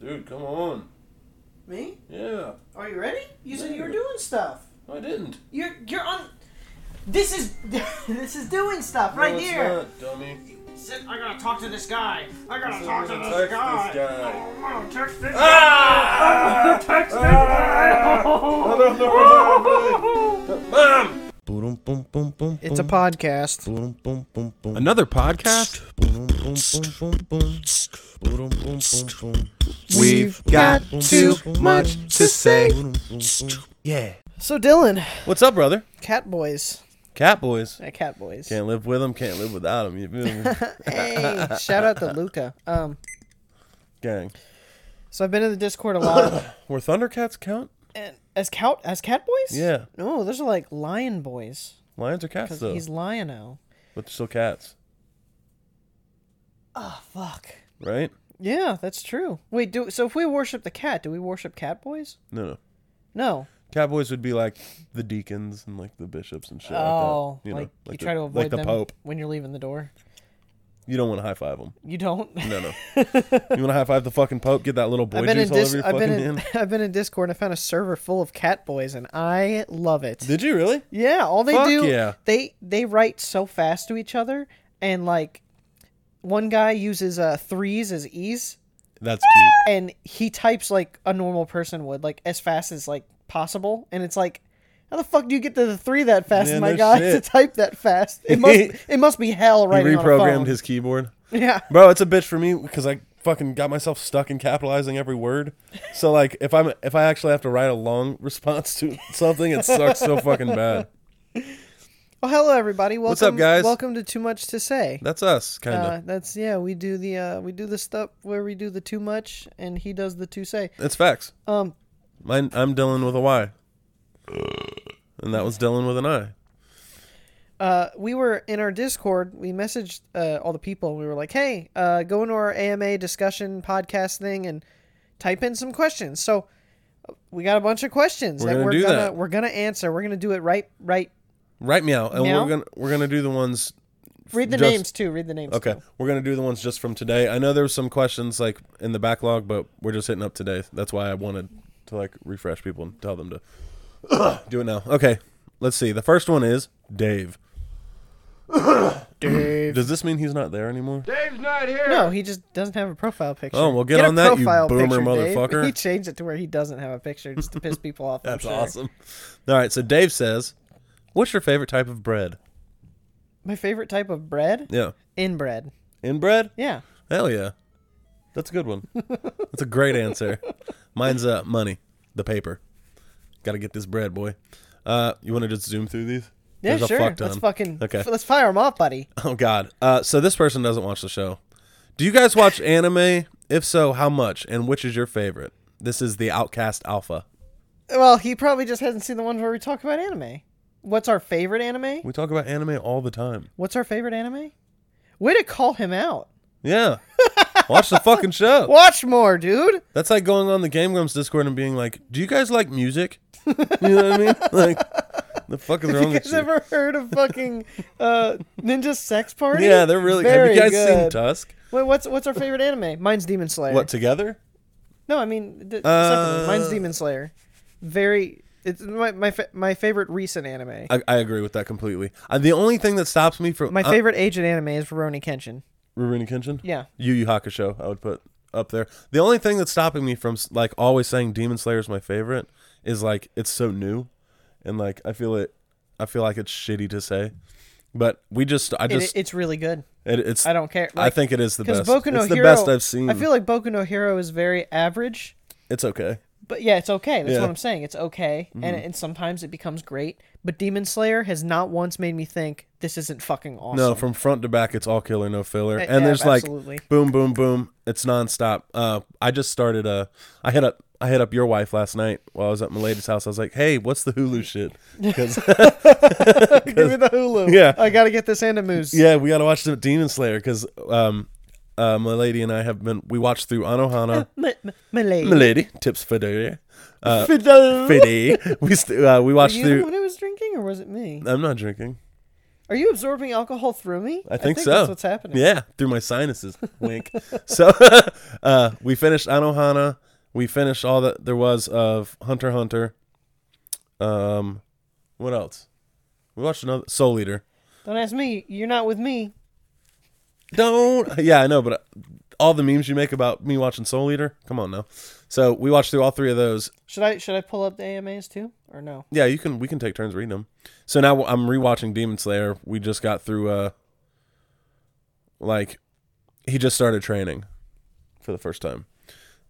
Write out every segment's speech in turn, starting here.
Dude, come on. Me? Yeah. Are you ready? You said you were Yeah. doing stuff. No, I didn't. You're you're on. This is this is doing stuff right no, it's here. not, dummy. Sit, I gotta talk to this guy. I gotta Listen, talk to I'm this gonna text guy. this guy. Oh, I'm gonna text this Ah! guy. I'm gonna text Ah! I don't know what's happening. Mom! Boom, boom, boom, boom. It's a podcast. Boom, boom, boom, boom. Another podcast? Boom, boom, boom, boom, boom. Boom, boom, boom, boom. We've got too much to say. Boom, boom, boom. Yeah. So Dylan, What's up, brother? Cat Boys, Cat boys. uh, Cat Boys. Can't live with them, can't live without them. You feel me? Hey, shout out to Luca. Um, Gang. so I've been in the Discord a lot. Were Thundercats count? and as cat as Cat Boys? Yeah. No, those are like Lion Boys Lions or cats, because though? he's Lion-O. But they're still cats, Ah, Oh fuck. right? Yeah, that's true. Wait, do so if we worship the cat, do we worship Cat Boys? No, no. No. Cat boys would be like the deacons and like the bishops and shit oh, like that. You know, like, you the- try to avoid Like the them Pope. when you're leaving the door. You don't want to high five them. You don't. No, no. you want to high five the fucking Pope? Get that little boy I've been in juice all Dis- over your I've fucking been in hand? I've been in Discord. and I found a server full of Cat Boys, and I love it. Did you really? Yeah, all they Fuck do yeah. they they write so fast to each other, and like one guy uses uh threes as e's, That's cute. and he types like a normal person would, like as fast as like possible, and it's like. How the fuck do you get to the three that fast, Yeah, my no guy, to shit. type that fast? It must it must be hell He right on a phone. reprogrammed his keyboard. yeah. Bro, it's a bitch for me because I fucking got myself stuck in capitalizing every word. So like, if I'm if I actually have to write a long response to something, it sucks so fucking bad. Well, hello everybody. Welcome, What's up, guys? Welcome to Too Much to Say. That's us, kind of. Uh, that's yeah. We do the uh, we do the stuff where we do the too much, and he does the too say. it's facts. Um, Mine, I'm Dylan with a Y, and that was Dylan with an I. uh, we were in our Discord. We messaged uh, all the people. and We were like, hey, uh, go into our AMA discussion podcast thing and type in some questions. So uh, we got a bunch of questions We're gonna we're do gonna that. we're gonna answer. We're gonna do it right right. Write me out, and Meow? we're gonna we're gonna do the ones. Read the Just- names too. Read the names. Okay, Too. we're gonna do the ones just from today. I know there were some questions like in the backlog, but we're just hitting up today. That's why I wanted to like refresh people and tell them to do it now. Okay, let's see. The first one is Dave. Dave. Does this mean he's not there anymore? No, he just doesn't have a profile picture. Oh, well, get a on that, you profile boomer picture, Dave. motherfucker. He changed it to where he doesn't have a picture just to piss people off. I'm That's sure. awesome. All right, so Dave says, "What's your favorite type of bread?" My favorite type of bread? Yeah, Inbread. inbread. Yeah. Hell yeah, that's a good one. that's a great answer. Mine's uh, money, the paper. Got to get this bread, boy. Uh, you want to just zoom through these? Yeah, There's a sure. fuck let's ton. fucking Okay. let's fire them off, buddy. Oh God. Uh, so this person doesn't watch the show. Do you guys watch anime? If so, how much? And which is your favorite? This is the Outcast Alpha. Well, he probably just hasn't seen the ones where we talk about anime. What's our favorite anime? We talk about anime all the time. What's our favorite anime? Way to call him out. Yeah. Watch the fucking show. Watch more, dude. That's like going on the Game Grumps Discord and being like, "Do you guys like music?" You know what I mean? Like, the fuck is wrong You with guys you? ever heard of fucking uh, Ninja Sex Party? yeah, they're really. Very have you guys seen good. Eh. Tusk? Wait, what's what's our favorite anime? Mine's Demon Slayer. What together? No, I mean, d- Uh, separately. mine's Demon Slayer. Very, it's my my fa- my favorite recent anime. I, I agree with that completely. Uh, the only thing that stops me from My uh, favorite agent anime is Rurouni Kenshin. Rurouni Kenshin. Yeah. Yu Yu Hakusho. I would put up there. The only thing that's stopping me from like always saying Demon Slayer is my favorite is like it's so new, and like I feel it. I feel like it's shitty to say, but we just I It, just it, it's really good. it's I don't care. I think it is the because best. Boku no it's the Hero. best I've seen. I feel like Boku no Hero is very average, it's okay. but yeah, it's okay. That's Yeah. Mm-hmm. what I'm saying. It's okay, and and sometimes it becomes great. But Demon Slayer has not once made me think this isn't fucking awesome. No, from front to back, it's all killer, no filler. Eh, And yeah, there's absolutely. like boom, boom, boom. It's nonstop. Uh, I just started. Uh, I hit up. I hit up your wife last night while I was at my lady's house. I was like, "Hey, what's the Hulu shit?" 'Cause- give me the Hulu. Yeah. I gotta get this Animus. yeah, we gotta watch the Demon Slayer because um, uh, my lady and I have been. We watched through Anohana. M- M- Malay. my lady tips for day. Uh, Fidel. Fiddy. We st- uh, we Were watched you the through. one who was drinking, or was it me? I'm not drinking. Are you absorbing alcohol through me? I think, so. That's what's happening. Yeah, through my sinuses. Wink. So uh, we finished Anohana. We finished all that there was of Hunter x Hunter. Um, what else? We watched another Soul Eater. Don't ask me. You're not with me. Don't. Yeah, I know, but uh, all the memes you make about me watching Soul Eater. Come on now. So we watched through all three of those. Should I should I pull up the AMAs too or no? Yeah, you can. We can take turns reading them. So now I'm rewatching Demon Slayer. We just got through. Uh, like, he just started training, for the first time,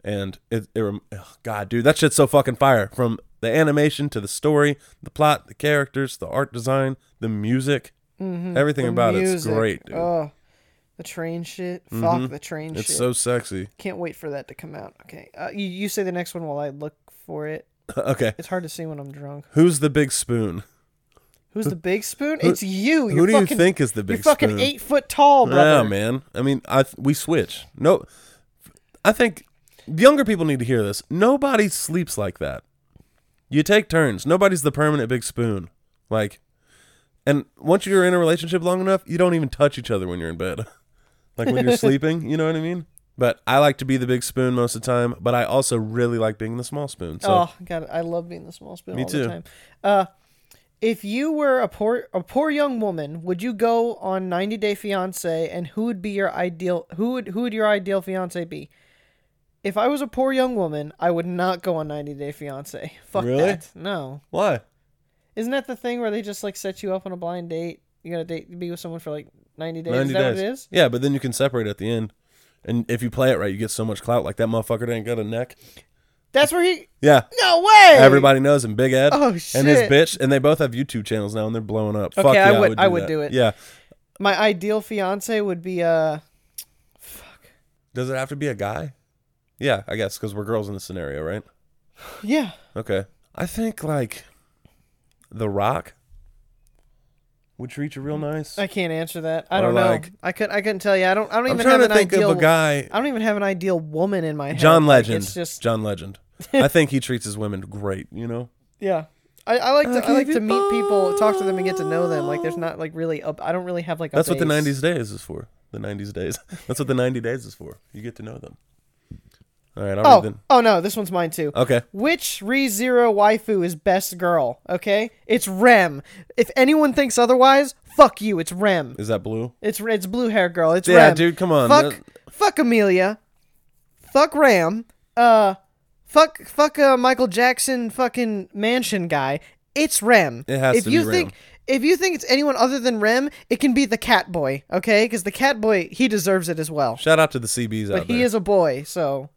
and it. it rem- ugh, God, dude, that shit's so fucking fire. From the animation to the story, the plot, the characters, the art design, the music, everything Mm-hmm. The about it's music. great, dude. Mm-hmm. Oh, the train shit. Fuck the train it's shit. so sexy. Can't wait for that to come out. Okay, uh, you you say the next one while I look for it. okay, It's hard to see when I'm drunk. who's the big spoon? Who's the big spoon? It's you. You're Who do you fucking- think is the You're big fucking spoon? eight foot tall, Yeah, brother. man. I mean, I th- we switch. No, I think younger people need to hear this. Nobody sleeps like that. You take turns. Nobody's the permanent big spoon. Like, and once you're in a relationship long enough, you don't even touch each other when you're in bed. Like when you're sleeping, you know what I mean. But I like to be the big spoon most of the time. But I also really like being the small spoon. So Oh god, I love being the small spoon Me all too. the time. Uh, if you were a poor a poor young woman, would you go on 90 Day Fiance and who would be your ideal who would who would your ideal fiance be? If I was a poor young woman, I would not go on 90 Day Fiance. Fuck Really? that. No. why? Isn't that the thing where they just like set you up on a blind date? You got to date be with someone for like 90 days. is 90 that days. what it is? Yeah, but then you can separate at the end. And if you play it right, you get so much clout. Like that motherfucker ain't got a neck. That's where he Yeah. No way. Everybody knows him, Big Ed Oh, and his shit. bitch, and they both have YouTube channels now, and they're blowing up. Fuck Okay, yeah, I would- do I would that. do it. Yeah, My ideal fiance would be uh does it have to be a guy? Yeah, I guess because we're girls in this scenario, right? yeah. Okay, I think like The Rock would treat you real nice. I can't answer that. I Or don't like- know. I could I couldn't tell you. I don't I don't I'm even have trying an to think ideal of a guy, I don't even have an ideal woman in my head. John Like, Legend. it's just John Legend. I think he treats his women great. You know, yeah. I, I like to I, give like you to meet people, talk to them, and get to know them. Like there's not like really up. I don't really have like a that's what the base. '90s days is for. The '90s days. That's what the '90 days is for. You get to know them. All right, I'll read Oh them. oh no, this one's mine too. Okay. Which ReZero waifu is best girl? Okay, it's Rem. If anyone thinks otherwise, fuck you. It's Rem. Is that blue? It's it's blue hair girl. It's Yeah, Rem. dude, come on. Fuck, fuck Amelia. Fuck Ram. Uh, fuck, fuck uh, Michael Jackson. Fucking mansion guy. It's Rem. It has if to be you Rem. think if you think it's anyone other than Rem, it can be the Cat Boy. Okay, because the Cat Boy he deserves it as well. Shout out to the CBs out But there. he is a boy, so.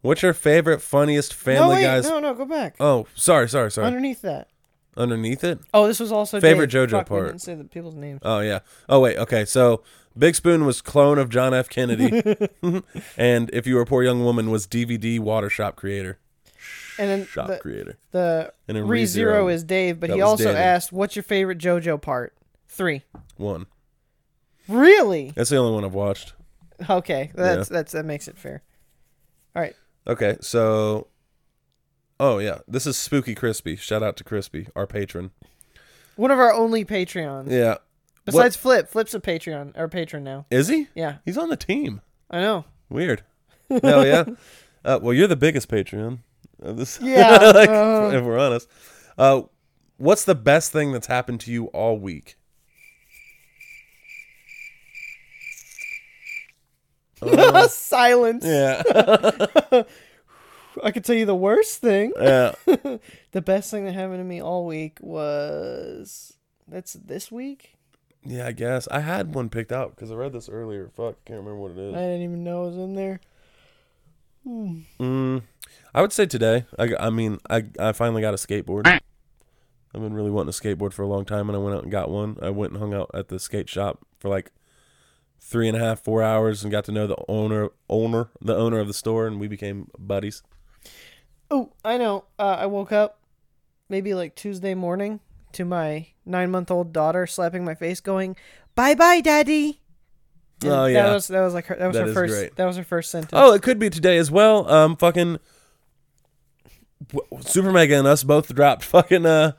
What's your favorite, funniest No Family Oh, wait, Guys? no, no, go back Oh, sorry, sorry, sorry. underneath that. Underneath it. Oh, this was also Favorite Dave. JoJo Fuck, we part. didn't say the people's names. Oh yeah. Oh wait. Okay. So Big Spoon was clone of John F. Kennedy, and if you were a poor young woman, was DVD water shop creator. And then Shop the, creator. the And then ReZero ReZero. is Dave, but That he was also Danny. asked, "What's your favorite JoJo part?" Three. One. Really? That's the only one I've watched. Okay, that's that's that makes it fair. All right. Okay. So. Oh yeah. This is Spooky Crispy. Shout out to Crispy, our patron. One of our only Patreons. Yeah. Besides Flip, Flip's a Patreon or patron now. What, is he? Yeah, He's on the team. I know. Weird. Hell yeah. Uh, well, you're the biggest Patreon of this. Yeah, like, uh. if we're honest. Uh, what's the best thing that's happened to you all week? Silence. Uh. Yeah. I could tell you the worst thing. yeah. The best thing that happened to me all week was that's this week. Yeah, I guess. I had one picked out because I read this earlier. Fuck, can't remember what it I is. didn't even know it was in there. Mm, I would say today. I, g- I mean, I, I finally got a skateboard. I've been really wanting a skateboard for a long time, and I went out and got one. I went and hung out at the skate shop for like three and a half, four hours, and got to know the owner, owner, the owner of the store, and we became buddies. Oh, I know. Uh, I woke up maybe like Tuesday morning to my nine month old daughter slapping my face, going, "Bye bye, daddy." And Oh, yeah. That was that was like her, that was That her is first great. that was her first sentence. Oh, it could be today as well. Um, fucking w- Super Mega and us both dropped fucking uh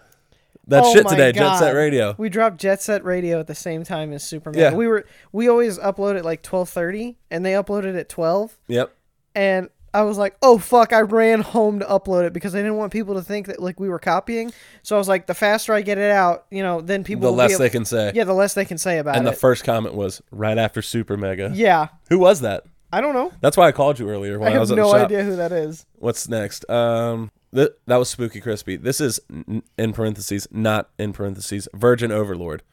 that Oh shit my today, Jet God. Set Radio. We dropped Jet Set Radio at the same time as Superman. Yeah. We were we always upload at like twelve thirty, and they uploaded at twelve. Yep. And I was like, oh fuck! I ran home to upload it because I didn't want people to think that like we were copying. So I was like, the faster I get it out, you know, then people The will less be they able- can say. Yeah, the less they can say about and it. the first comment was right after Super Mega. yeah, Who was that? I don't know. That's why I called you earlier when I I, have was at no the shop. idea who that is. What's next? Um, th- that was Spooky Crispy. This is n- in parentheses, not in parentheses, Virgin Overlord.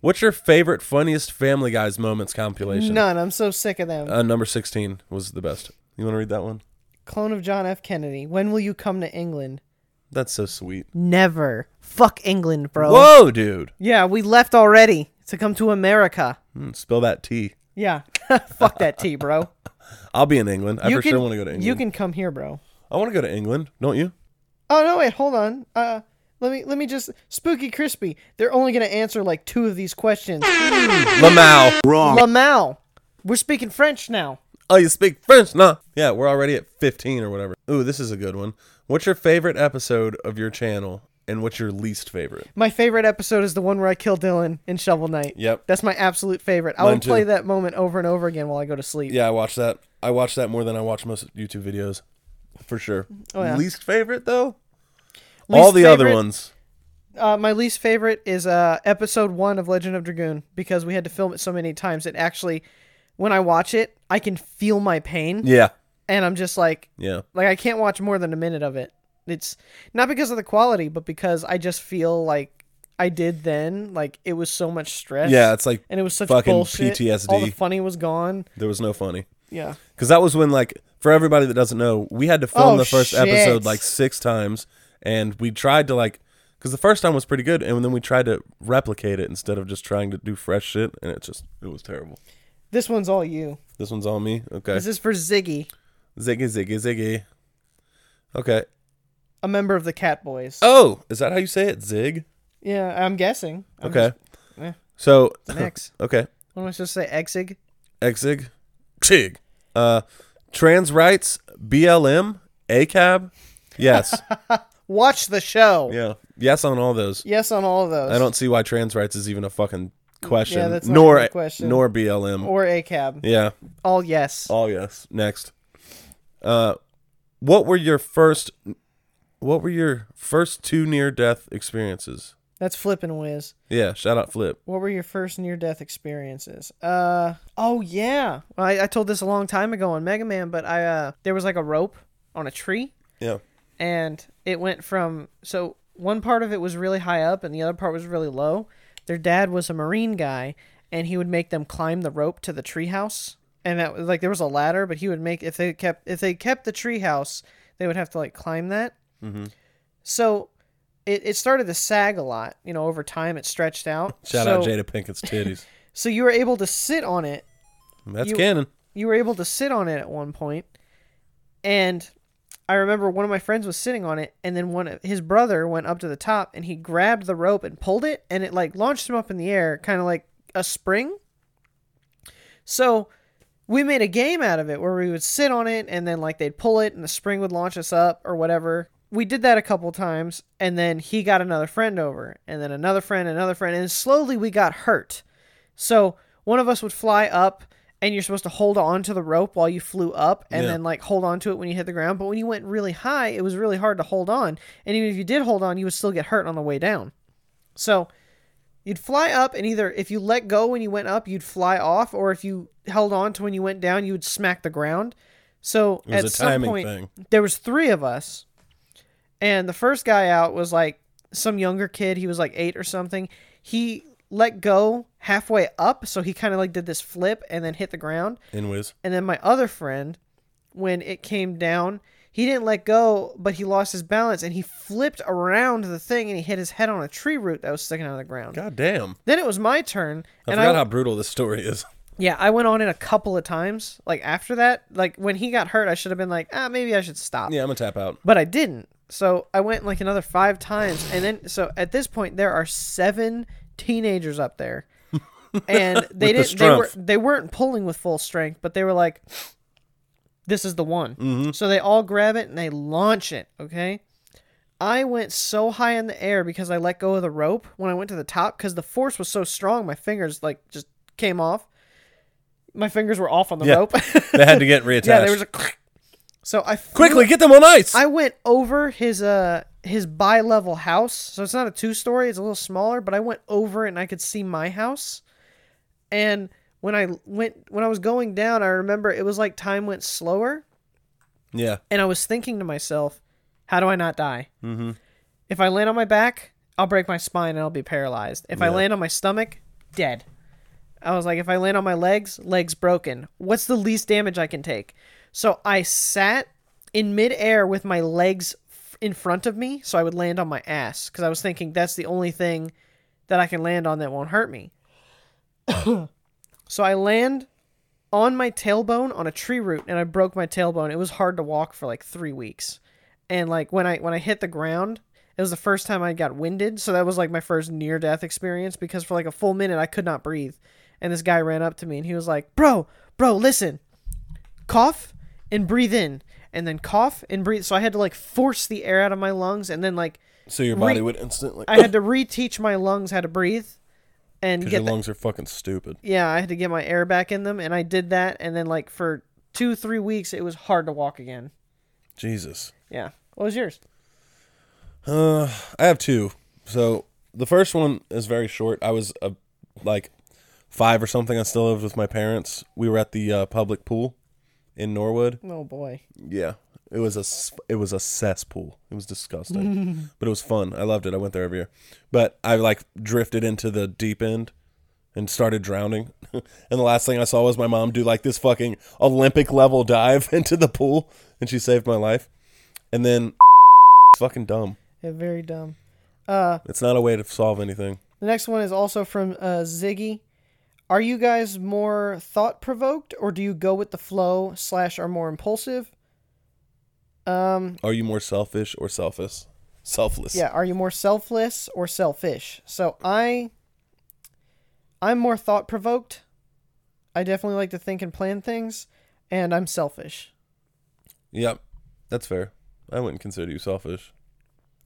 What's your favorite funniest Family Guys moments compilation? None. I'm so sick of them. Uh, number sixteen was the best. You want to read that one? Clone of John F. Kennedy. When will you come to England? That's so sweet. Never. Fuck England, bro. Whoa, dude! Yeah, we left already to come to America. Mm, spill that tea. Yeah. Fuck that tea, bro. I'll be in England. I for sure want to go to England. You can come here, bro. I want to go to England. Don't you? Oh no, wait, hold on. Uh let me let me just spooky crispy. They're only gonna answer like two of these questions. Lamau. Lamal. We're speaking French now. Oh, you speak French? Nah. Yeah, we're already at 15 or whatever. Ooh, this is a good one. What's your favorite episode of your channel and what's your least favorite? My favorite episode is the one where I kill Dylan in Shovel Knight. Yep. That's my absolute favorite. I Mine will play too. that moment over and over again while I go to sleep. Yeah, I watch that. I watch that more than I watch most YouTube videos. For sure. Oh, yeah. Least favorite though? Least All the other favorite- ones. Uh, my least favorite is uh, episode one of Legend of Dragoon because we had to film it so many times. It actually, when I watch it, I can feel my pain, Yeah. and I'm just like, Yeah. like I can't watch more than a minute of it. It's not because of the quality, but because I just feel like I did then. Like it was so much stress. Yeah, it's like and it was such fucking bullshit. All the PTSD. funny was gone. there was no funny. Yeah. Cuz that was when like for everybody that doesn't know, we had to film Oh, the first shit. episode like 6 times and we tried to like cuz the first time was pretty good and then we tried to replicate it instead of just trying to do fresh shit and it just it was terrible. This one's all you. This one's on me. Okay. This is for Ziggy, Ziggy, ziggy, ziggy. Okay. a member of the Cat Boys. Oh, is that how you say it? Zig? Yeah, I'm guessing. I'm Okay. eh. So, just- Next. okay. What am I supposed to say? Exig? Exig. Zig. Uh, trans rights, BLM, ACAB. Yes. Watch the show. yeah. Yes on all those. Yes on all of those. I don't see why trans rights is even a fucking question. that's not nor even a question. nor BLM. or ACAB. yeah. All yes. All yes. Next. Uh, what were your first? What were your first two near death experiences? That's flippin' whiz. Yeah. Shout out Flip. What were your first near death experiences? Uh oh yeah. Well, I, I told this a long time ago on Mega Man, but I uh there was like a rope on a tree Yeah. and it went from so one part of it was really high up and the other part was really low. Their dad was a marine guy and he would make them climb the rope to the treehouse. And that was like there was a ladder, but he would make if they kept if they kept the treehouse, they would have to like climb that. Mm-hmm. So it, it started to sag a lot, you know, over time it stretched out. Shout so, out Jada Pinkett's titties. So you were able to sit on it That's You- canon. you were able to sit on it at one point and i remember one of my friends was sitting on it and then one of his brother went up to the top and he grabbed the rope and pulled it and it like launched him up in the air kind of like a spring so we made a game out of it where we would sit on it and then like they'd pull it and the spring would launch us up or whatever we did that a couple times and then he got another friend over and then another friend another friend and slowly we got hurt so one of us would fly up and you're supposed to hold on to the rope while you flew up and Yeah. then like hold on to it when you hit the ground. But when you went really high, it was really hard to hold on. And even if you did hold on, you would still get hurt on the way down. So you'd fly up and either if you let go when you went up, you'd fly off, or if you held on to when you went down, you would smack the ground. So It was at a some timing point, thing. there was three of us and the first guy out was like some younger kid he was like eight or something he let go halfway up so he kind of like did this flip and then hit the ground In whiz. and then my other friend when it came down he didn't let go but he lost his balance and he flipped around the thing and he hit his head on a tree root that was sticking out of the ground God damn. then it was my turn I and forgot I, how brutal this story is. yeah, I went on it a couple of times. Like after that, like when he got hurt, I should have been like, ah, maybe I should stop Yeah, I'm gonna tap out. but I didn't. So I went like another five times, and then so at this point there are seven teenagers up there, and they With the didn't. they were strength. they weren't pulling with full strength, but they were like, Mm-hmm. "This is the one." So they all grab it and they launch it. Okay, I went so high in the air because I let go of the rope when I went to the top because the force was so strong, my fingers like just came off. My fingers were off on the Yeah. rope. They had to get reattached. yeah, there was a. click. So I flew- quickly get them on ice. I went over his uh his bi level house. So it's not a two story, it's a little smaller, but I went over it and I could see my house. And when I went when I was going down, I remember it was like time went slower yeah, and I was thinking to myself, how do I not die? Mm-hmm. If I land on my back, I'll break my spine and I'll be paralyzed. If I land on my stomach, dead. I was like, if I land on my legs, legs broken. What's the least damage I can take? So I sat in midair with my legs f- in front of me so I would land on my ass because I was thinking that's the only thing that I can land on that won't hurt me. so I land on my tailbone on a tree root and I broke my tailbone. It was hard to walk for like three weeks. And like when I when I hit the ground, it was the first time I got winded, so that was like my first near death experience because for like a full minute I could not breathe. And this guy ran up to me and he was like, Bro, bro, listen. Cough and breathe in. And then cough and breathe. So I had to like force the air out of my lungs and then like so your body would instantly. I had to reteach my lungs how to breathe and because get your the- lungs are fucking stupid. yeah, I had to get my air back in them, and I did that, and then like for two, three weeks, it was hard to walk again. Jesus. Yeah. What was yours? Uh, I have two. So the first one is very short. I was uh, like five or something. I still lived with my parents. We were at the uh, public pool in Norwood. Oh boy. Yeah, it was a s- it was a cesspool. It was disgusting, but it was fun. I loved it. I went there every year. But I like drifted into the deep end and started drowning. and the last thing I saw was my mom do like this fucking Olympic level dive into the pool, and she saved my life. And then fucking dumb. Yeah, very dumb. Uh, It's not a way to solve anything. The next one is also from uh, Ziggy. Are you guys more thought provoked, or do you go with the flow? Slash, are more impulsive? Um. Are you more selfish or selfless? Selfless. Yeah. Are you more selfless or selfish? So I. I'm more thought provoked. I definitely like to think and plan things, and I'm selfish. Yep. That's fair. I wouldn't consider you selfish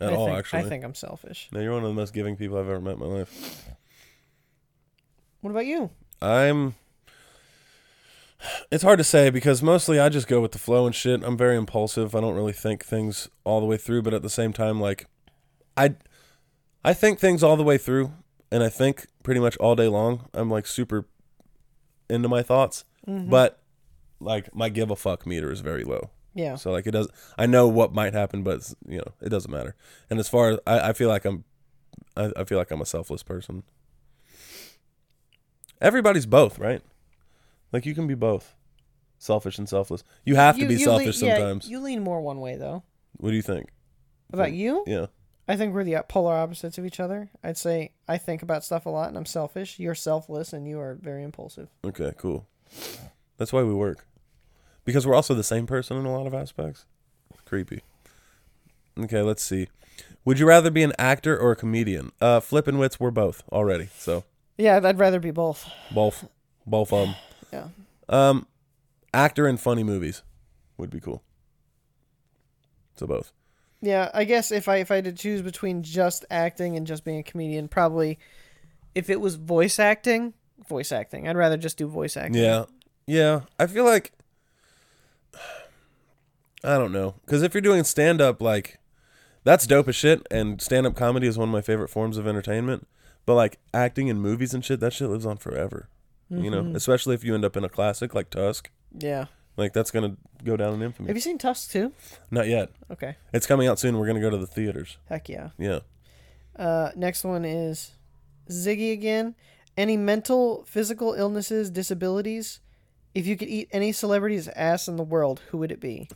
at I all. think, actually, I think I'm selfish. no. You're one of the most giving people I've ever met in my life. What about you? I'm. It's hard to say because mostly I just go with the flow and shit. I'm very impulsive. I don't really think things all the way through, but at the same time, like, I, I think things all the way through, and I think pretty much all day long. I'm like super into my thoughts, but like my give a fuck meter is very low. Yeah. So like it does. I know what might happen, but it's, you know it doesn't matter. And as far as I, I feel like I'm, I, I feel like I'm a selfless person. Everybody's both, right? Like you can be both, selfish and selfless. You have to be selfish lean, sometimes. Yeah, you lean more one way though. what do you think? About you? Yeah, I think we're the polar opposites of each other. I'd say I think about stuff a lot and I'm selfish. You're selfless and you are very impulsive. Okay, cool. That's why we work. Because we're also the same person in a lot of aspects. Creepy. Okay, let's see. Would you rather be an actor or a comedian? Uh Flip and Wits, we're both already. So Yeah, I'd rather be both. both both of them. Yeah. Um actor in funny movies would be cool. So both. Yeah, I guess if I if I had to choose between just acting and just being a comedian, probably if it was voice acting, voice acting. I'd rather just do voice acting. Yeah. Yeah. I feel like I don't know. Cuz if you're doing stand up like that's dope as shit and stand up comedy is one of my favorite forms of entertainment, but like acting in movies and shit that shit lives on forever. You know, especially if you end up in a classic like Tusk, Yeah. like that's going to go down in infamy. Have you seen Tusk too? Not yet. Okay. It's coming out soon. We're going to go to the theaters. Heck yeah. Yeah. Uh, next one is Ziggy again. Any mental, physical illnesses, disabilities? If you could eat any celebrity's ass in the world, who would it be?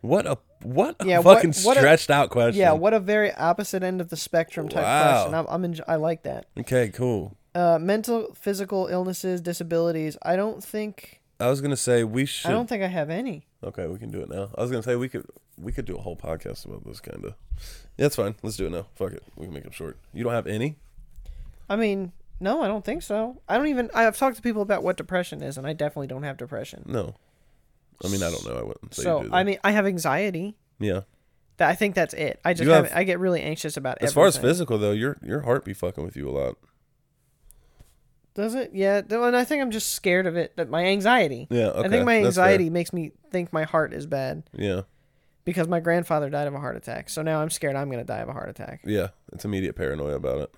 What a what a Yeah, what- fucking what a- stretched out question. Yeah, what a very opposite end of the spectrum type Hmm. Wow. question. I'm, I'm enj- I like that. Okay, cool. Uh, mental, physical illnesses, disabilities. I don't think I was gonna say we should. I don't think I have any. Okay, we can do it now. I was gonna say we could we could do a whole podcast about this kind of. That's fine. Let's do it now. Fuck it. We can make it short. You don't have any. I mean, no, I don't think so. I don't even. I've talked to people about what depression is, and I definitely don't have depression. No. I mean, I don't know. I wouldn't say you so do that. I mean, I have anxiety. yeah. That I think that's it. I just You have- haven't- I get really anxious about As far as everything. physical though, your your heart be fucking with you a lot. Does it? Yeah. th- And I think I'm just scared of it. That my anxiety. Yeah, I okay, think my that's fair. anxiety makes me think my heart is bad Yeah, because my grandfather died of a heart attack. So now I'm scared I'm going to die of a heart attack. yeah. It's immediate paranoia about it.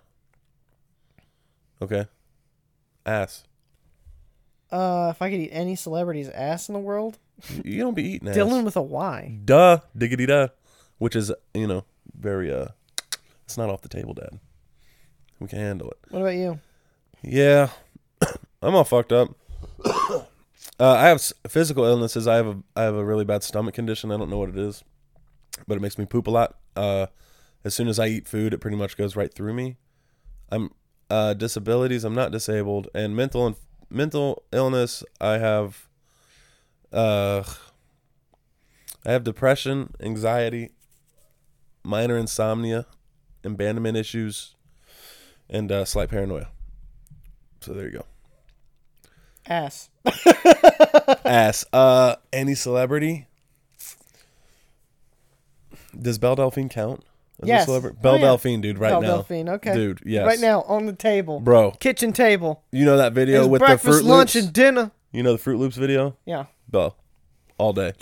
Okay, ass. Uh, if I could eat any celebrity's ass in the world, You don't be eating ass. Dylan with a Y. Duh, diggity duh, which is you know very uh, it's not off the table, Dad. We can handle it. What about you? Yeah, I'm all fucked up. uh, I have s- physical illnesses. I have a I have a really bad stomach condition. I don't know what it is, but it makes me poop a lot. Uh, as soon as I eat food, it pretty much goes right through me. I'm uh, disabilities. I'm not disabled, and mental and mental illness. I have uh, I have depression, anxiety, minor insomnia, abandonment issues, and uh, slight paranoia. So there you go. Ass. Ass. Uh, any celebrity? Does Belle Delphine count? As Yes. celebrity? Oh, Belle yeah. Delphine, dude, right Belle now. Delphine, okay. Dude, yes. Right now on the table. Bro, Kitchen table. you know that video It's with breakfast, the Fruit lunch, Loops? and dinner. You know the Fruit Loops video? Yeah. Belle. All day.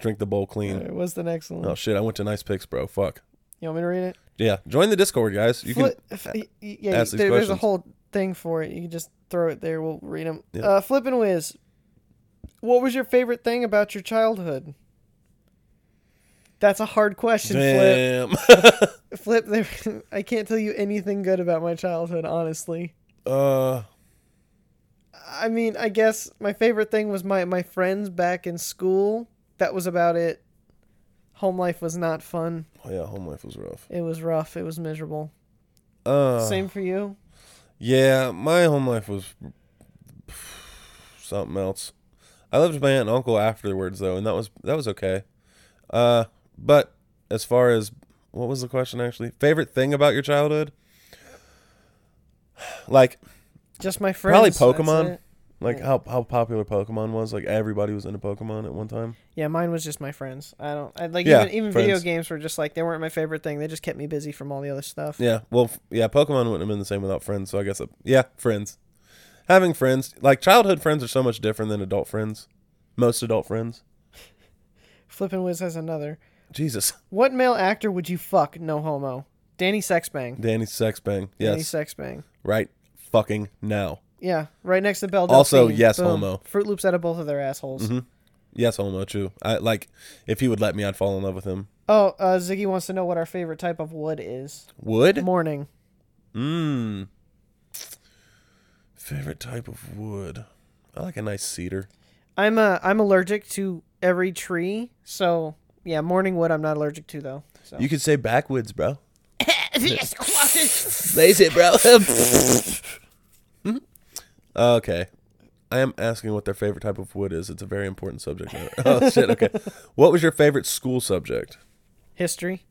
Drink the bowl clean. Alright, What's the next one? Oh, shit. I went to nice picks, bro. Fuck. You want me to read it? Yeah. Join the Discord, guys. You can. Flip, f- y- y- yeah, ask these you- there- there's a questions. whole thing for it. You can just throw it there. We'll read them. Yeah. Uh, Flip and Whiz. What was your favorite thing about your childhood? That's a hard question, Damn. Flip. Flip, there- I can't tell you anything good about my childhood, honestly. uh, I mean, I guess my favorite thing was my, my friends back in school. That was about it. Home life was not fun. oh, yeah. Home life was rough. It was rough. It was miserable. Uh, Same for you? Yeah, my home life was something else. I lived with my aunt and uncle afterwards though, and that was that was okay. Uh, but as far as what was the question actually? Favorite thing about your childhood? Like Just my friends. that's Pokemon. it. like how how popular Pokemon was. Like everybody was into Pokemon at one time. Yeah, mine was just my friends. I don't I, like Yeah, even even video friends. games were just like they weren't my favorite thing. They just kept me busy from all the other stuff. Yeah, well, f- yeah, Pokemon wouldn't have been the same without friends. So I guess, it, yeah, friends. Having friends, like childhood friends, are so much different than adult friends. Most adult friends. Flippin' Wiz has another. Jesus. What male actor would you fuck? No homo. Danny Sexbang. Danny Sexbang. Danny Yes. Sexbang. right fucking now. Yeah, right next to Bell. Also, Delphine. yes, Boom. homo. Mm-hmm. Fruit Loops out of both of their assholes. Yes, Homo, true. I like if he would let me I'd fall in love with him. Oh, uh, Ziggy wants to know what our favorite type of wood is. Wood? Morning. Mmm. Favorite type of wood. I like a nice cedar. I'm uh, I'm allergic to every tree, so yeah, morning wood I'm not allergic to though. So You could say backwoods, bro. Yes. Lace it, bro. okay. I am asking what their favorite type of wood is. It's a very important subject matter. Oh shit, okay. What was your favorite school subject? history.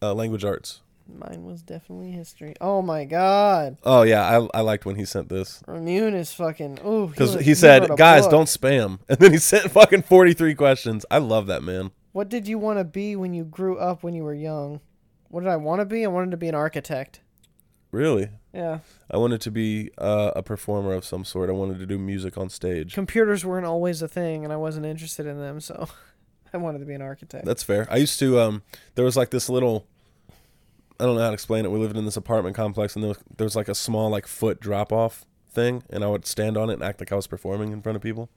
Uh, language arts. Mine was definitely history. Oh my god. Oh yeah, I, I liked when he sent this. Ramune is fucking ooh. Because wrote- he said, wrote a "Guys, book. don't spam," and then he sent fucking forty-three questions. I love that man. What did you want to be when you grew up when you were young? What did I want to be? I wanted to be an architect. Really, Yeah. I wanted to be uh, a performer of some sort. I wanted to do music on stage. Computers weren't always a thing and I wasn't interested in them, so I wanted to be an architect. That's fair. I used to. Um, there was like this little. I don't know how to explain it. We lived in this apartment complex, and there was, there was like a small like foot drop off thing, and I would stand on it and act like I was performing in front of people.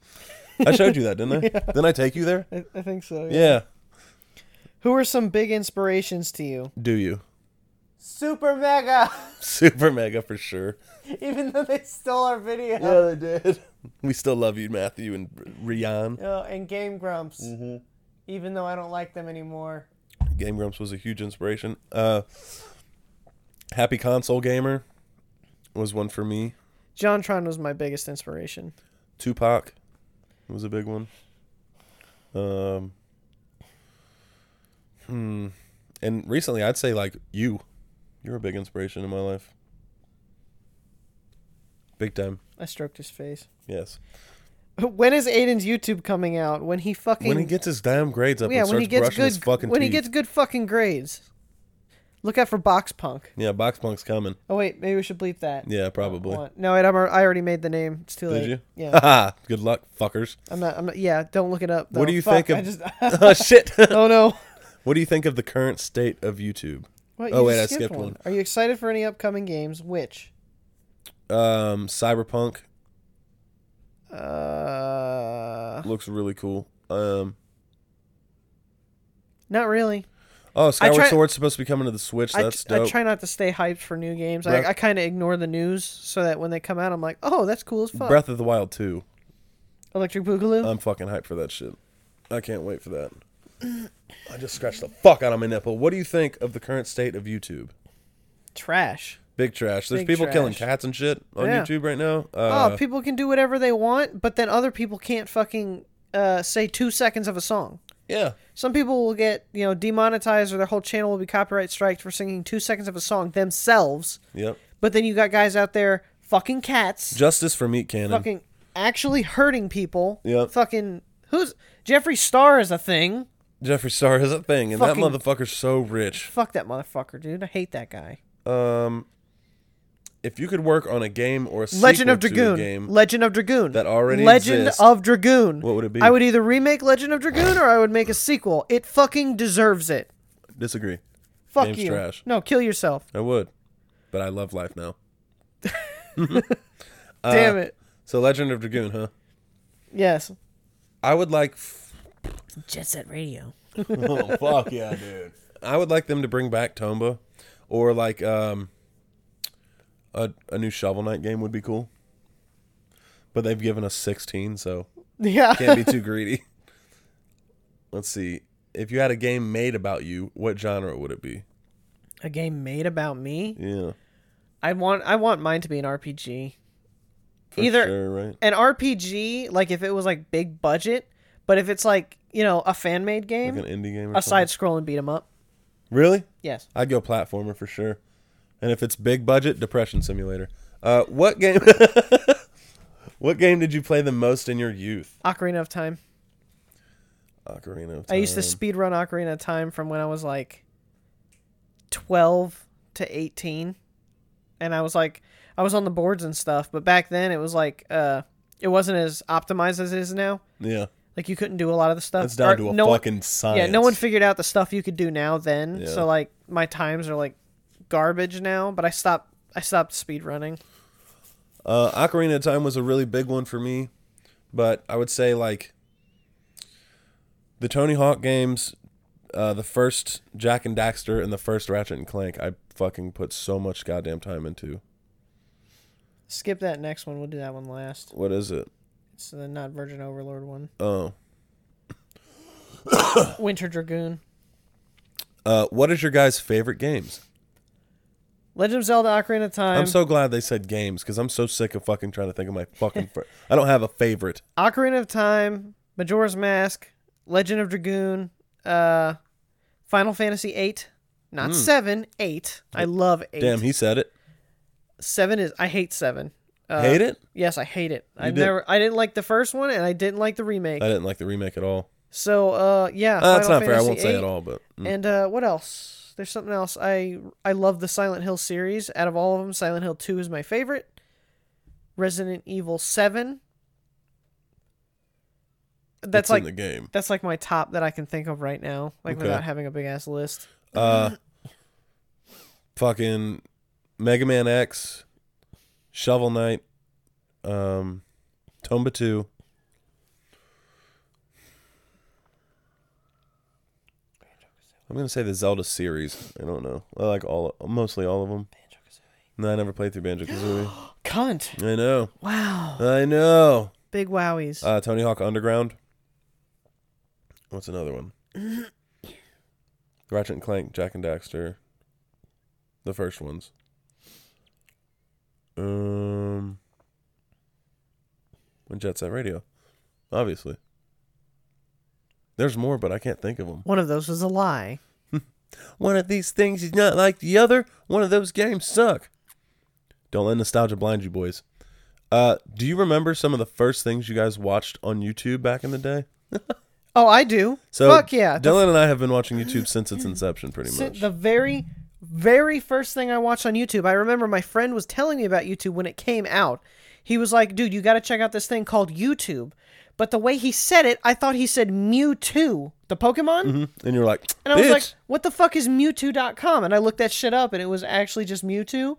I showed you that, didn't I? Didn't I take you there? I, I think so. Yeah. Yeah. Who are some big inspirations to you? Do you? Super Mega, Super mega for sure. even though they stole our video. they did. We still love you, Matthew and Rian. Oh, and Game Grumps, Mm-hmm. even though I don't like them anymore. Game Grumps was a huge inspiration. Uh, Happy Console Gamer was one for me. Jontron was my biggest inspiration. Tupac was a big one. Um, hmm. And recently, I'd say like you, you're a big inspiration in my life. Big time. I stroked his face. Yes. When is Aiden's YouTube coming out? When he fucking When he gets his damn grades up yeah, and when starts he gets brushing his good fucking when he teeth. gets good fucking grades. Look out for Box Punk. yeah, Box Punk's coming. Oh wait, maybe we should bleep that. Yeah, probably. Hold on. No, wait, I'm, al- I already made the name. It's too late. Did you? Yeah, Good luck, fuckers. I'm not. I'm not. Yeah, don't look it up. What though. do you Fuck, think of- I just, oh shit. oh no. what do you think of the current state of YouTube? What, Oh, you wait, just I skipped one. Are you excited for any upcoming games? Which? Um, Cyberpunk Uh, looks really cool. Um, not really. oh, Skyward try- Sword's supposed to be coming to the Switch. I, That's tr- I dope. try not to stay hyped for new games. Breath- I, I kind of ignore the news so that when they come out, I'm like, oh, that's cool as fuck. Breath of the Wild 2. Electric Boogaloo. I'm fucking hyped for that shit. I can't wait for that. I just scratched the fuck out of my nipple. What do you think of the current state of YouTube? Trash. Big trash. There's Big people killing trash. cats and shit on Yeah. YouTube right now. Uh, oh, people can do whatever they want, but then other people can't fucking uh, say two seconds of a song. yeah. Some people will get, you know, demonetized or their whole channel will be copyright striked for singing two seconds of a song themselves. Yep. But then you got guys out there fucking cats, Justice for Meat Cannon. fucking actually hurting people. Yep. Fucking who's Jeffree Star is a thing. Jeffree Star is a thing, and Fucking- that motherfucker's so rich. Fuck that motherfucker, dude. I hate that guy. Um, if you could work on a game or a Legend sequel of Dragoon. to a game, Legend of Dragoon. that already Legend exists, of Dragoon. what would it be? I would either remake Legend of Dragoon or I would make a sequel. It fucking deserves it. disagree. Fuck Game's you. trash. No, kill yourself. I would, but I love life now. Uh, Damn it. So, Legend of Dragoon, huh? Yes. I would like. Jet Set Radio. Oh fuck yeah, dude! I would like them to bring back Tomba, or like um, a a new Shovel Knight game would be cool. But they've given us sixteen, so Yeah. can't be too greedy. Let's see. If you had a game made about you, what genre would it be? a game made about me. Yeah, I want I want mine to be an RPG. for Either- sure, right? An RPG, like if it was like big budget, but if it's like, you know, a fan made game, Like an indie game. Or a side something? scrolling beat 'em up. Really? Yes. I'd go platformer for sure. And if it's big budget, depression simulator. Uh, what game? what game did you play the most in your youth? Ocarina of Time. Ocarina of I Time. used to speed run Ocarina of Time from when I was like 12 to 18. And I was like I was on the boards and stuff, but back then it was like uh it wasn't as optimized as it is now. Yeah, Like you couldn't do a lot of the stuff. it's down Uh, Or to a no one- fucking science. Yeah, no one figured out the stuff you could do now then. Yeah. So like my times are like garbage now, but I stopped I stopped speed running. Uh, Ocarina of Time was a really big one for me, but I would say like the Tony Hawk games, uh, the first Jack and Daxter, and the first Ratchet and Clank. I fucking put so much goddamn time into. Skip that next one. We'll do that one last. What is it? It's the not Virgin Overlord one. Oh, Winter Dragoon. uh, what is your guys' favorite games? Legend of Zelda Ocarina of Time. I'm so glad they said games because I'm so sick of fucking trying to think of my fucking. Fr- I don't have a favorite. Ocarina of Time, Majora's Mask, Legend of Dragoon, uh Final Fantasy 8, not 7, 8. I love 8. Hmm. Damn, he said it. 7 is I hate 7. Uh, Hate it? Yes, I hate it. I did. never I didn't like the first one and I didn't like the remake. I didn't like the remake at all. So uh yeah, Uh, that's Final not fair. I Fantasy won't say it VIII. all, but mm. And uh what else? There's something else. I I love the Silent Hill series. Out of all of them, Silent Hill 2 is my favorite. Resident Evil 7. That's it's like in the game. that's like my top that I can think of right now, like Okay. without having a big ass list. Uh, fucking Mega Man X, Shovel Knight, um, Tomba Two. I'm gonna say the Zelda series. I don't know. I like all, mostly all of them. No, I never played through Banjo Kazooie. Cunt. I know. Wow. I know. Big wowies. Uh, Tony Hawk Underground. What's another one? Ratchet and Clank, Jack and Daxter. The first ones. Um, and Jet Set Radio, obviously. There's more, but I can't think of them. one of those was a lie. One of these things is not like the other. One of those games suck. Don't let nostalgia blind you, boys. Uh, do you remember some of the first things you guys watched on YouTube back in the day? Oh, I do. So Fuck yeah. The, Dylan and I have been watching YouTube since its inception, pretty si- much. the very, very first thing I watched on YouTube, I remember my friend was telling me about YouTube when it came out. He was like, dude, you got to check out this thing called YouTube. But the way he said it, I thought he said Mewtwo, the Pokemon. and you're like, And I was "Bitch." like, what the fuck is Mewtwo.com? And I looked that shit up and it was actually just Mewtwo.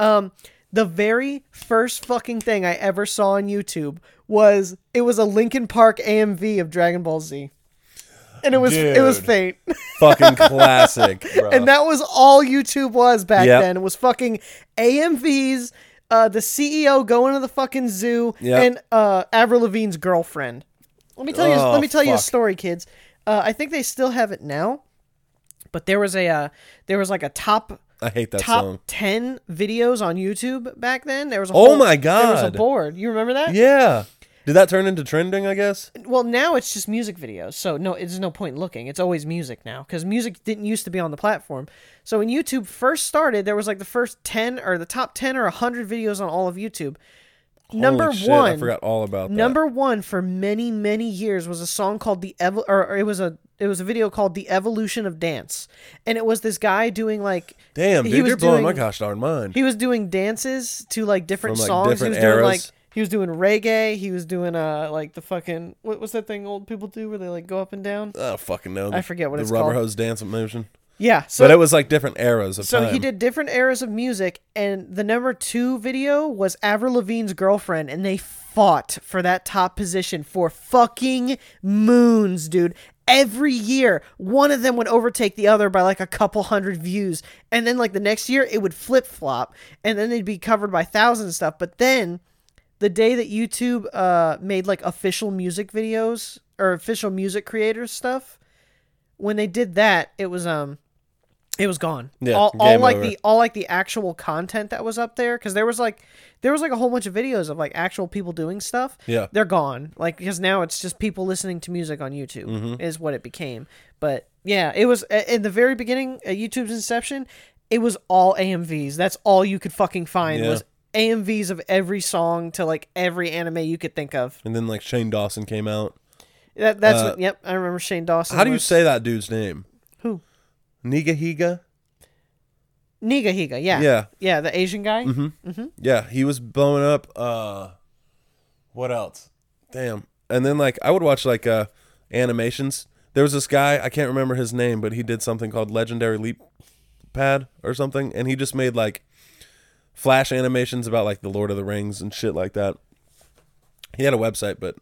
Um, the very first fucking thing I ever saw on YouTube was it was a Linkin Park AMV of Dragon Ball Z. And it was it was Dude. fate. fucking classic, bro. and that was all YouTube was back Uh, Yep. then. It was fucking AMVs, uh, the CEO going to the fucking zoo, Yep. and uh, Avril Lavigne's girlfriend. Let me tell you. Oh, Let me tell you a fuck. story, kids. Uh, I think they still have it now, but there was a uh, there was like a top I hate that top song. ten videos on YouTube back then. There was a Oh whole- my there was a God. board. You remember that? Yeah. Did that turn into trending? I guess. Well, now it's just music videos, so no, there's no point looking. It's always music now because music didn't used to be on the platform. So when YouTube first started, there was like the first ten or the top ten or hundred videos on all of YouTube. number Holy shit, one, I forgot all about that. number one for many many years was a song called the Evo- or, or it was a it was a video called the Evolution of Dance, and it was this guy doing like Damn, he dude, was you're blowing my doing- gosh darn mind. he was doing dances to like different From, like, songs. different he was doing like eras. he was doing reggae. He was doing uh like the fucking what was that thing old people do where they like go up and down? I don't fucking know. I forget what the it's rubber called. hose dance motion. Yeah. So but it was like different eras of so time. he did different eras of music, and the number two video was Avril Lavigne's girlfriend, and they fought for that top position for fucking moons, dude. Every year, one of them would overtake the other by like a couple hundred views, and then like the next year, it would flip flop, and then they'd be covered by thousands and stuff. But then the day that YouTube uh, made like official music videos or official music creators stuff, when they did that, it was um, it was gone. Yeah, all, all game like over. the all like the actual content that was up there because there was like there was like a whole bunch of videos of like actual people doing stuff. Yeah. they're gone. Like because now it's just people listening to music on YouTube Mm-hmm. is what it became. But yeah, it was a- in the very beginning at YouTube's inception. It was all AMVs. That's all you could fucking find Yeah. was AMVs of every song to like every anime you could think of. and then like Shane Dawson came out. That, that's Uh, what, yep. I remember Shane Dawson. How do you was- say that dude's name? Who? Nigahiga? Nigahiga? Yeah, Yeah. Mm-hmm. yeah. The Asian guy. Yeah, he was blowing up uh what else? Damn. And then like I would watch like uh animations. There was this guy, I can't remember his name, but he did something called Legendary Leap Pad or something and he just made like flash animations about like the Lord of the Rings and shit like that. He had a website, but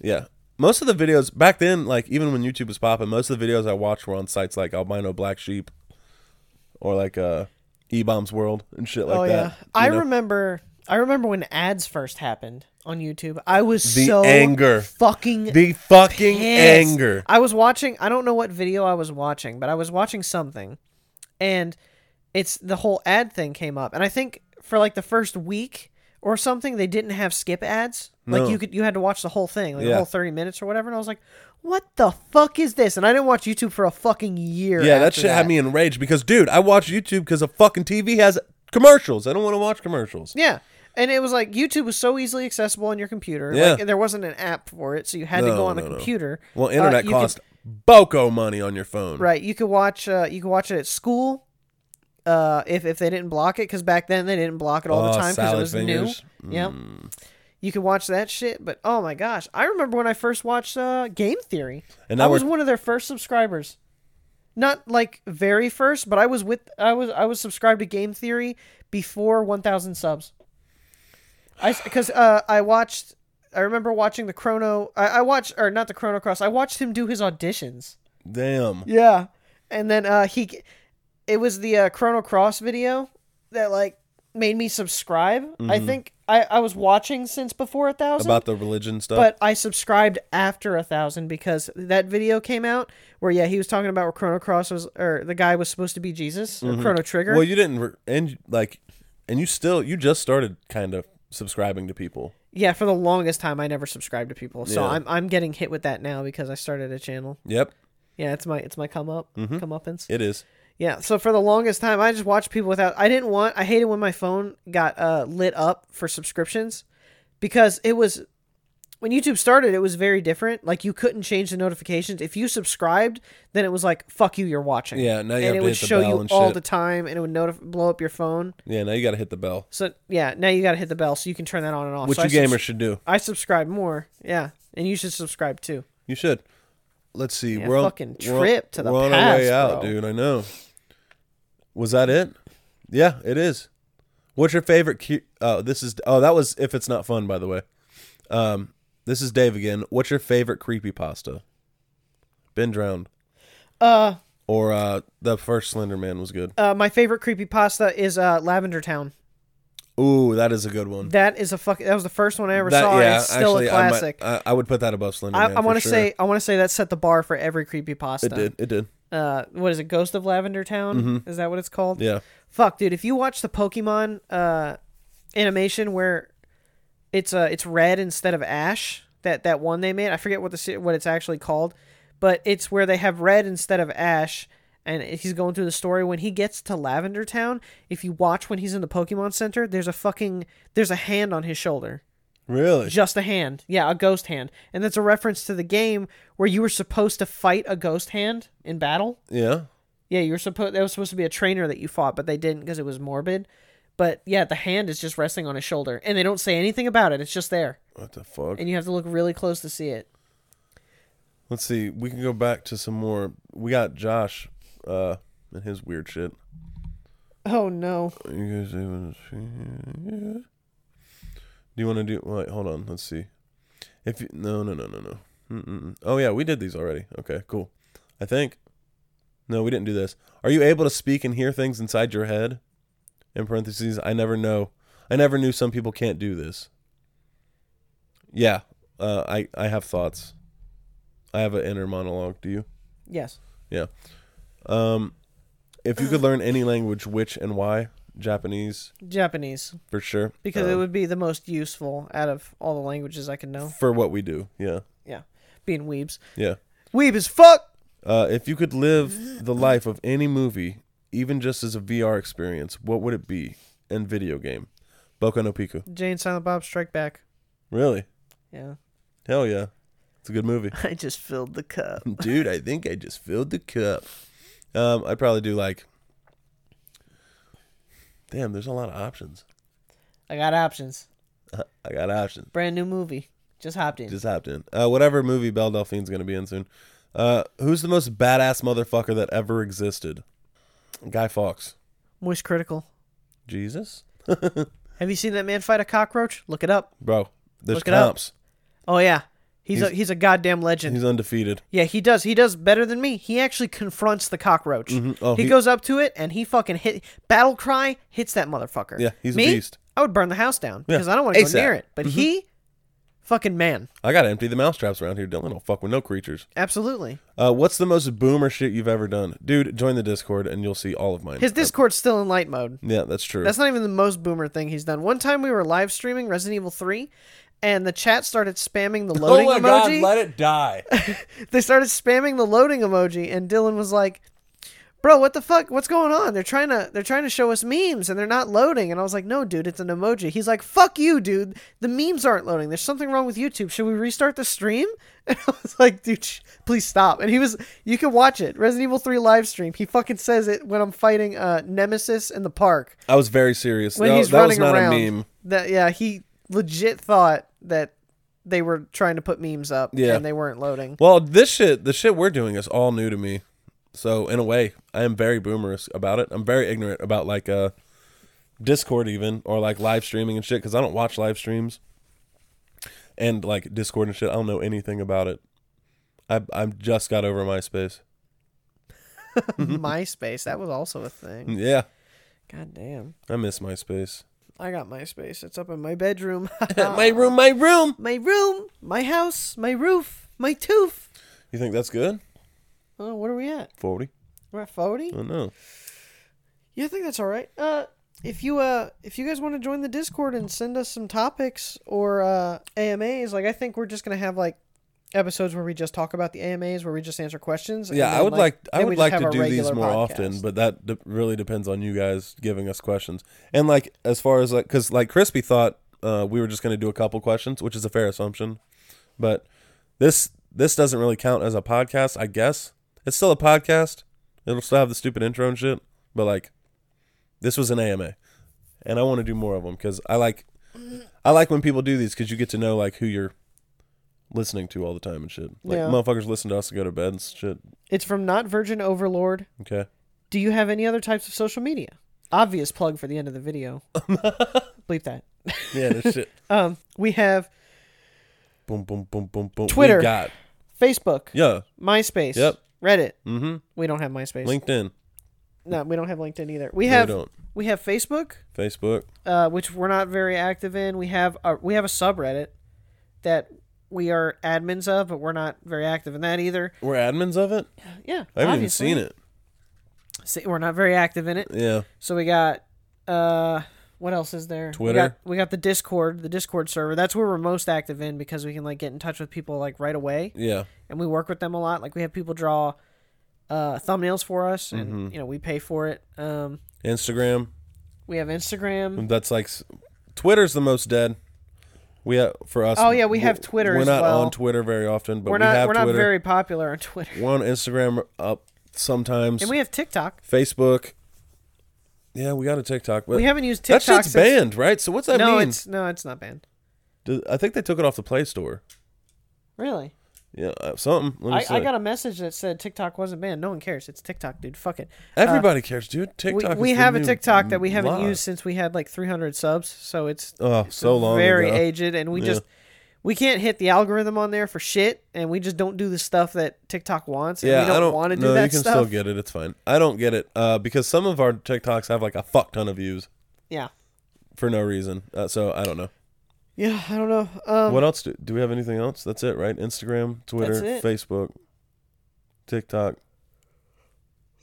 yeah. Most of the videos back then, like even when YouTube was popping, most of the videos I watched were on sites like Albino Black Sheep or like uh E Bombs World and shit like oh that. yeah. you I know? remember. I remember when ads first happened on YouTube. I was The so anger. fucking the fucking pissed. anger. I was watching. I don't know what video I was watching, but I was watching something, and it's the whole ad thing came up, and I think for like the first week or something, they didn't have skip ads. No. Like you could, you had to watch the whole thing, like the Yeah. whole thirty minutes or whatever. And I was like, "What the fuck is this?" And I didn't watch YouTube for a fucking year. Yeah, that after shit had me enraged because, dude, I watch YouTube because a fucking TV has commercials. I don't want to watch commercials. Yeah. And it was like YouTube was so easily accessible on your computer. Yeah. Like, and there wasn't an app for it, so you had to No, go on the no, no. computer. Well, Uh, internet you could- cost boco money on your phone. Right. You could watch. Uh, you could watch it at school. Uh, if if they didn't block it, because back then they didn't block it all the Oh, time because it salad was fingers. Mm. new. Yep. You could watch that shit, but oh my gosh, I remember when I first watched uh, Game Theory. And I now was we're- one of their first subscribers. Not like very first, but I was with I was I was subscribed to Game Theory before 1,000 subs. I because uh, I watched. I remember watching the Chrono. I, I watched or not the Chrono Cross. I watched him do his auditions. Damn. Yeah. And then uh he it was the uh, Chrono Cross video that like made me subscribe. I think I I was watching since before a thousand. About the religion stuff. but I subscribed after a thousand because that video came out where yeah he was talking about where Chrono Cross was or the guy was supposed to be Jesus or Chrono Trigger. Mm-hmm. well, you didn't, re- and like, and you still, you just started kind of subscribing to people. yeah, for the longest time I never subscribed to people, so Yeah. I'm I'm getting hit with that now because I started a channel. Yep, Yeah, it's my it's my come up Mm-hmm. come uppins. it is. Yeah, so for the longest time, I just watched people without. I didn't want. I hated when my phone got uh, lit up for subscriptions because it was when YouTube started, it was very different. Like you couldn't change the notifications. If you subscribed, then it was like "fuck you, you're watching." Yeah, now you and have it to would hit the show bell you and all shit. the time, and it would notif- blow up your phone. Yeah, now you got to hit the bell, So yeah, now you got to hit the bell so you can turn that on and off. which so you I subs- gamers should do. I subscribe more. Yeah, and you should subscribe too. You should. Let's see. Yeah, we're on, fucking we're on- trip to the We're on our way past, out, bro. dude. I know. Was that it? Yeah, it is. What's your favorite? Cu- oh, this is. Oh, that was. If it's not fun, by the way. Um, this is Dave again. What's your favorite creepy pasta? Been drowned Uh, or uh, the first Slender Man was good. uh, my favorite creepy pasta is uh, Lavender Town. Ooh, that is a good one. That is a fuck. That was the first one I ever saw. and it's still a I might- classic. I, I would put that above Slender I, Man. I want to say I want to say that set the bar for every creepy pasta. it did. It did. Uh, what is it? Ghost of Lavender Town? Is that what it's called? Yeah. Fuck, dude. If you watch the Pokemon uh, animation where it's uh it's red instead of ash, that that one they made, I forget what the se- what it's actually called, but it's where they have red instead of ash. And he's going through the story when he gets to Lavender Town. If you watch when he's in the Pokemon Center, there's a fucking there's a hand on his shoulder Really? just a hand yeah a ghost hand and that's a reference to the game where you were supposed to fight a ghost hand in battle Yeah. yeah you were supposed that was supposed to be a trainer that you fought but they didn't because it was morbid but yeah the hand is just resting on his shoulder and they don't say anything about it it's just there What the fuck? and you have to look really close to see it Let's see. We can go back to some more. We got Josh uh, and his weird shit. oh no You guys even do you want to do? Wait, hold on. Let's see. If you, no, no, no, no, no. Mm-mm. Oh yeah, we did these already. Okay, cool. I think. No, we didn't do this. Are you able to speak and hear things inside your head? In parentheses, I never know. I never knew some people can't do this. Yeah, uh, I I have thoughts. I have an inner monologue. Do you? yes Um, if you could learn any language, which and why? Japanese japanese for sure. because it Um, would be the most useful out of all the languages i can know for what we do. Yeah, yeah being weebs yeah. weeb as fuck Uh, if you could live the life of any movie, even just as a VR experience, what would it be? And video game, Boku no Pico. jane silent bob strike back Really? yeah Hell yeah, it's a good movie, i just filled the cup dude. I think I just filled the cup. Um, I'd probably do like. Damn, there's a lot of options. i got options I got options. brand new movie. Just hopped in. Just hopped in. Uh, whatever movie Belle Delphine's gonna be in soon. Uh, who's the most badass motherfucker that ever existed? Guy Fawkes. Moist Critical. Jesus, Have you seen that man fight a cockroach? Look it up. bro. There's Look it up. comps. Oh yeah, he's, a He's- he's a goddamn legend. He's undefeated. Yeah, he does. He does better than me. He actually confronts the cockroach. Oh, he, he- goes up to it and he fucking hit battle cry hits that motherfucker. Yeah, he's a me, beast. I would burn the house down because I don't want to go ASAP. near it. But Mm-hmm. he, fucking man, I gotta empty the mousetraps around here. Dylan don't fuck with no creatures. absolutely. Uh, what's the most boomer shit you've ever done, dude? Join the Discord and you'll see all of mine. His Discord's still in light mode. yeah, that's true. That's not even the most boomer thing he's done. One time we were live streaming Resident Evil Three, and the chat started spamming the Oh loading emoji. it die. they started spamming the loading emoji and Dylan was like, "Bro, what the fuck? What's going on? They're trying to they're trying to show us memes and they're not loading." And I was like, "No, dude, it's an emoji." He's like, "Fuck you, dude. The memes aren't loading. There's something wrong with YouTube. Should we restart the stream?" And I was like, "Dude, sh- please stop." And he was you can watch it. Resident Evil 3 live stream. He fucking says it when I'm fighting uh Nemesis in the park I was very serious. when No, he's that running was not around. a meme. That yeah, he legit thought that they were trying to put memes up Yeah. and they weren't loading. Well, this shit, the shit we're doing is all new to me. So in a way, I am very boomerish about it. I'm very ignorant about like uh, Discord even or like live streaming and shit because I don't watch live streams and like Discord and shit. I don't know anything about it. I I just got over MySpace. MySpace. That was also a thing. Yeah, God damn. I miss MySpace. I got MySpace. It's up in my bedroom. my room, my room. my room, my house, my roof, my tooth. You think that's good? Oh, what are we at? Forty? We're at 40? I don't know. Yeah, I think that's all right. Uh if you uh if you guys want to join the Discord and send us some topics or uh AMAs, like I think we're just going to have like episodes where we just talk about the AMAs where we just answer questions. and Yeah, I then, would like, I then we would just like have to our do these regular more podcast. often, but that de- really depends on you guys giving us questions. And like as far as like cuz like Crispy thought uh, we were just gonna do a couple questions, which is a fair assumption. But this this doesn't really count as a podcast, I guess. It's still a podcast. It'll still have the stupid intro and shit. But like, this was an AMA, and I want to do more of them because I like I like when people do these because you get to know like who you're listening to all the time and shit. Like Yeah. motherfuckers listen to us and go to bed and shit. It's from Not Virgin Overlord. Okay. Do you have any other types of social media? Obvious plug for the end of the video. Bleep that. Yeah, no shit. Um, we have Boom, boom, boom, boom, boom. Twitter. We got Facebook, yeah. MySpace, Yep. Reddit. Mm-hmm. We don't have MySpace. LinkedIn. No, we don't have LinkedIn either. We No, have we don't. we have Facebook, Facebook. uh, which we're not very active in. We have a, we have a subreddit that we are admins of, but we're not very active in that either. We're admins of it. Yeah, I haven't obviously. even seen it. See, we're not very active in it. Yeah. So we got uh what else is there? We Twitter. got, we got the Discord, the Discord server. That's where we're most active in because we can like get in touch with people like right away Yeah. and we work with them a lot. Like we have people draw uh thumbnails for us and Mm-hmm. you know, we pay for it. Um Instagram. we have Instagram. That's like s- Twitter's the most dead. We have for us. Oh, yeah, we w- have Twitter We're as not well. on Twitter very often, but We're we not have we're not Twitter. very popular on Twitter. We're on Instagram up sometimes. And we have TikTok. Facebook. Yeah, we got a TikTok, but We haven't used that TikTok shit's since banned, right? So what's that No, mean? it's no, it's not banned. Do- I think they took it off the Play Store. Really? Yeah, uh, something. Let me I, see. I got a message that said TikTok wasn't banned. No one cares. It's TikTok, dude. Fuck it. Everybody cares, dude. we, TikTok. we is the have a new TikTok that we haven't lie. used since we had like 300 subs, so it's Oh, so long. very ago. aged, and we Yeah. just we can't hit the algorithm on there for shit, and we just don't do the stuff that TikTok wants. And Yeah, we don't, I don't want to do no, that you can stuff. still get it. It's fine. I don't get it uh, because some of our TikToks have like a fuck ton of views yeah, for no reason. Uh, so I don't know. yeah. I don't know. Um, what else do do we have? Anything else? That's it, right? Instagram, Twitter, That's it. Facebook, TikTok.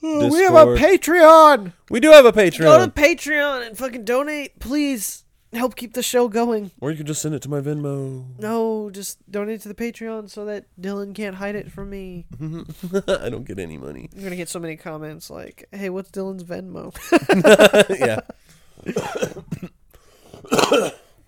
oh, we have Discord. a Patreon. We do have a Go to Patreon, Patreon and fucking donate, please. Help keep the show going. or you can just send it to my Venmo. No, just donate to the Patreon so that Dylan can't hide it from me. I don't get any money. I'm gonna get so many comments like, "Hey, what's Dylan's Venmo?" yeah.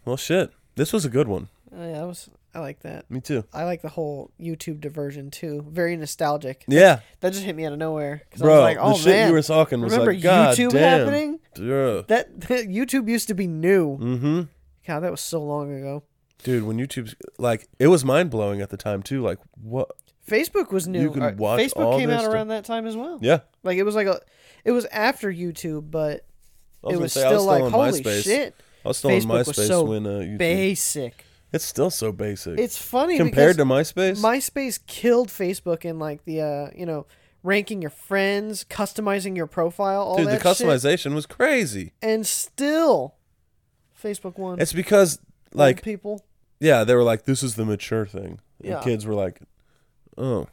well, shit. This was a good one. Oh, yeah, that was I like that. Me too. I like the whole YouTube diversion too. Very nostalgic. Yeah, That just hit me out of nowhere. 'cause bro. I was like, oh the shit man, you were talking was remember like, God YouTube damn. happening? Yeah. That, that YouTube used to be new. Mm-hmm. God, that was so long ago. Dude, when YouTube's like, it was mind blowing at the time too. Like, what? Facebook was new. can Uh, watch Facebook all came this out stuff. around that time as well. Yeah. Like it was like a, it was after YouTube, I was but it gonna was say, still, I was like still on holy MySpace. shit, I was still on Facebook was MySpace so when uh, YouTube. basic. it's still so basic. It's funny compared because to MySpace. MySpace killed Facebook in like the uh, you know ranking your friends, customizing your profile, all Dude, the that shit. customization was crazy. and still Facebook won. It's because Old like, people. yeah, they were like, this is the mature thing. And Yeah. kids were like, oh,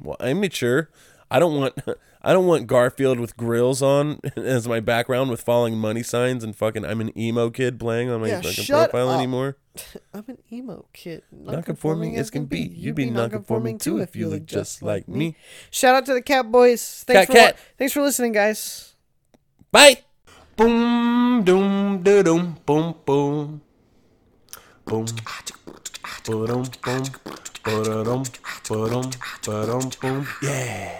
well, I'm mature. I don't want, I don't want Garfield with grills on as my background with falling money signs and fucking. I'm an emo kid playing on my Yeah, fucking shut profile up. anymore. I'm an emo kid. Nonconforming as can be. You'd be nonconforming too if you look just like me. Shout out to the Cat Boys. Cat, Thanks for cat. thanks for listening, guys. Bye. Boom, doom, da doom, boom, boom. Boom. Ba-dum, boom. Ba-da-dum, ba-dum, ba-dum, boom. Yeah.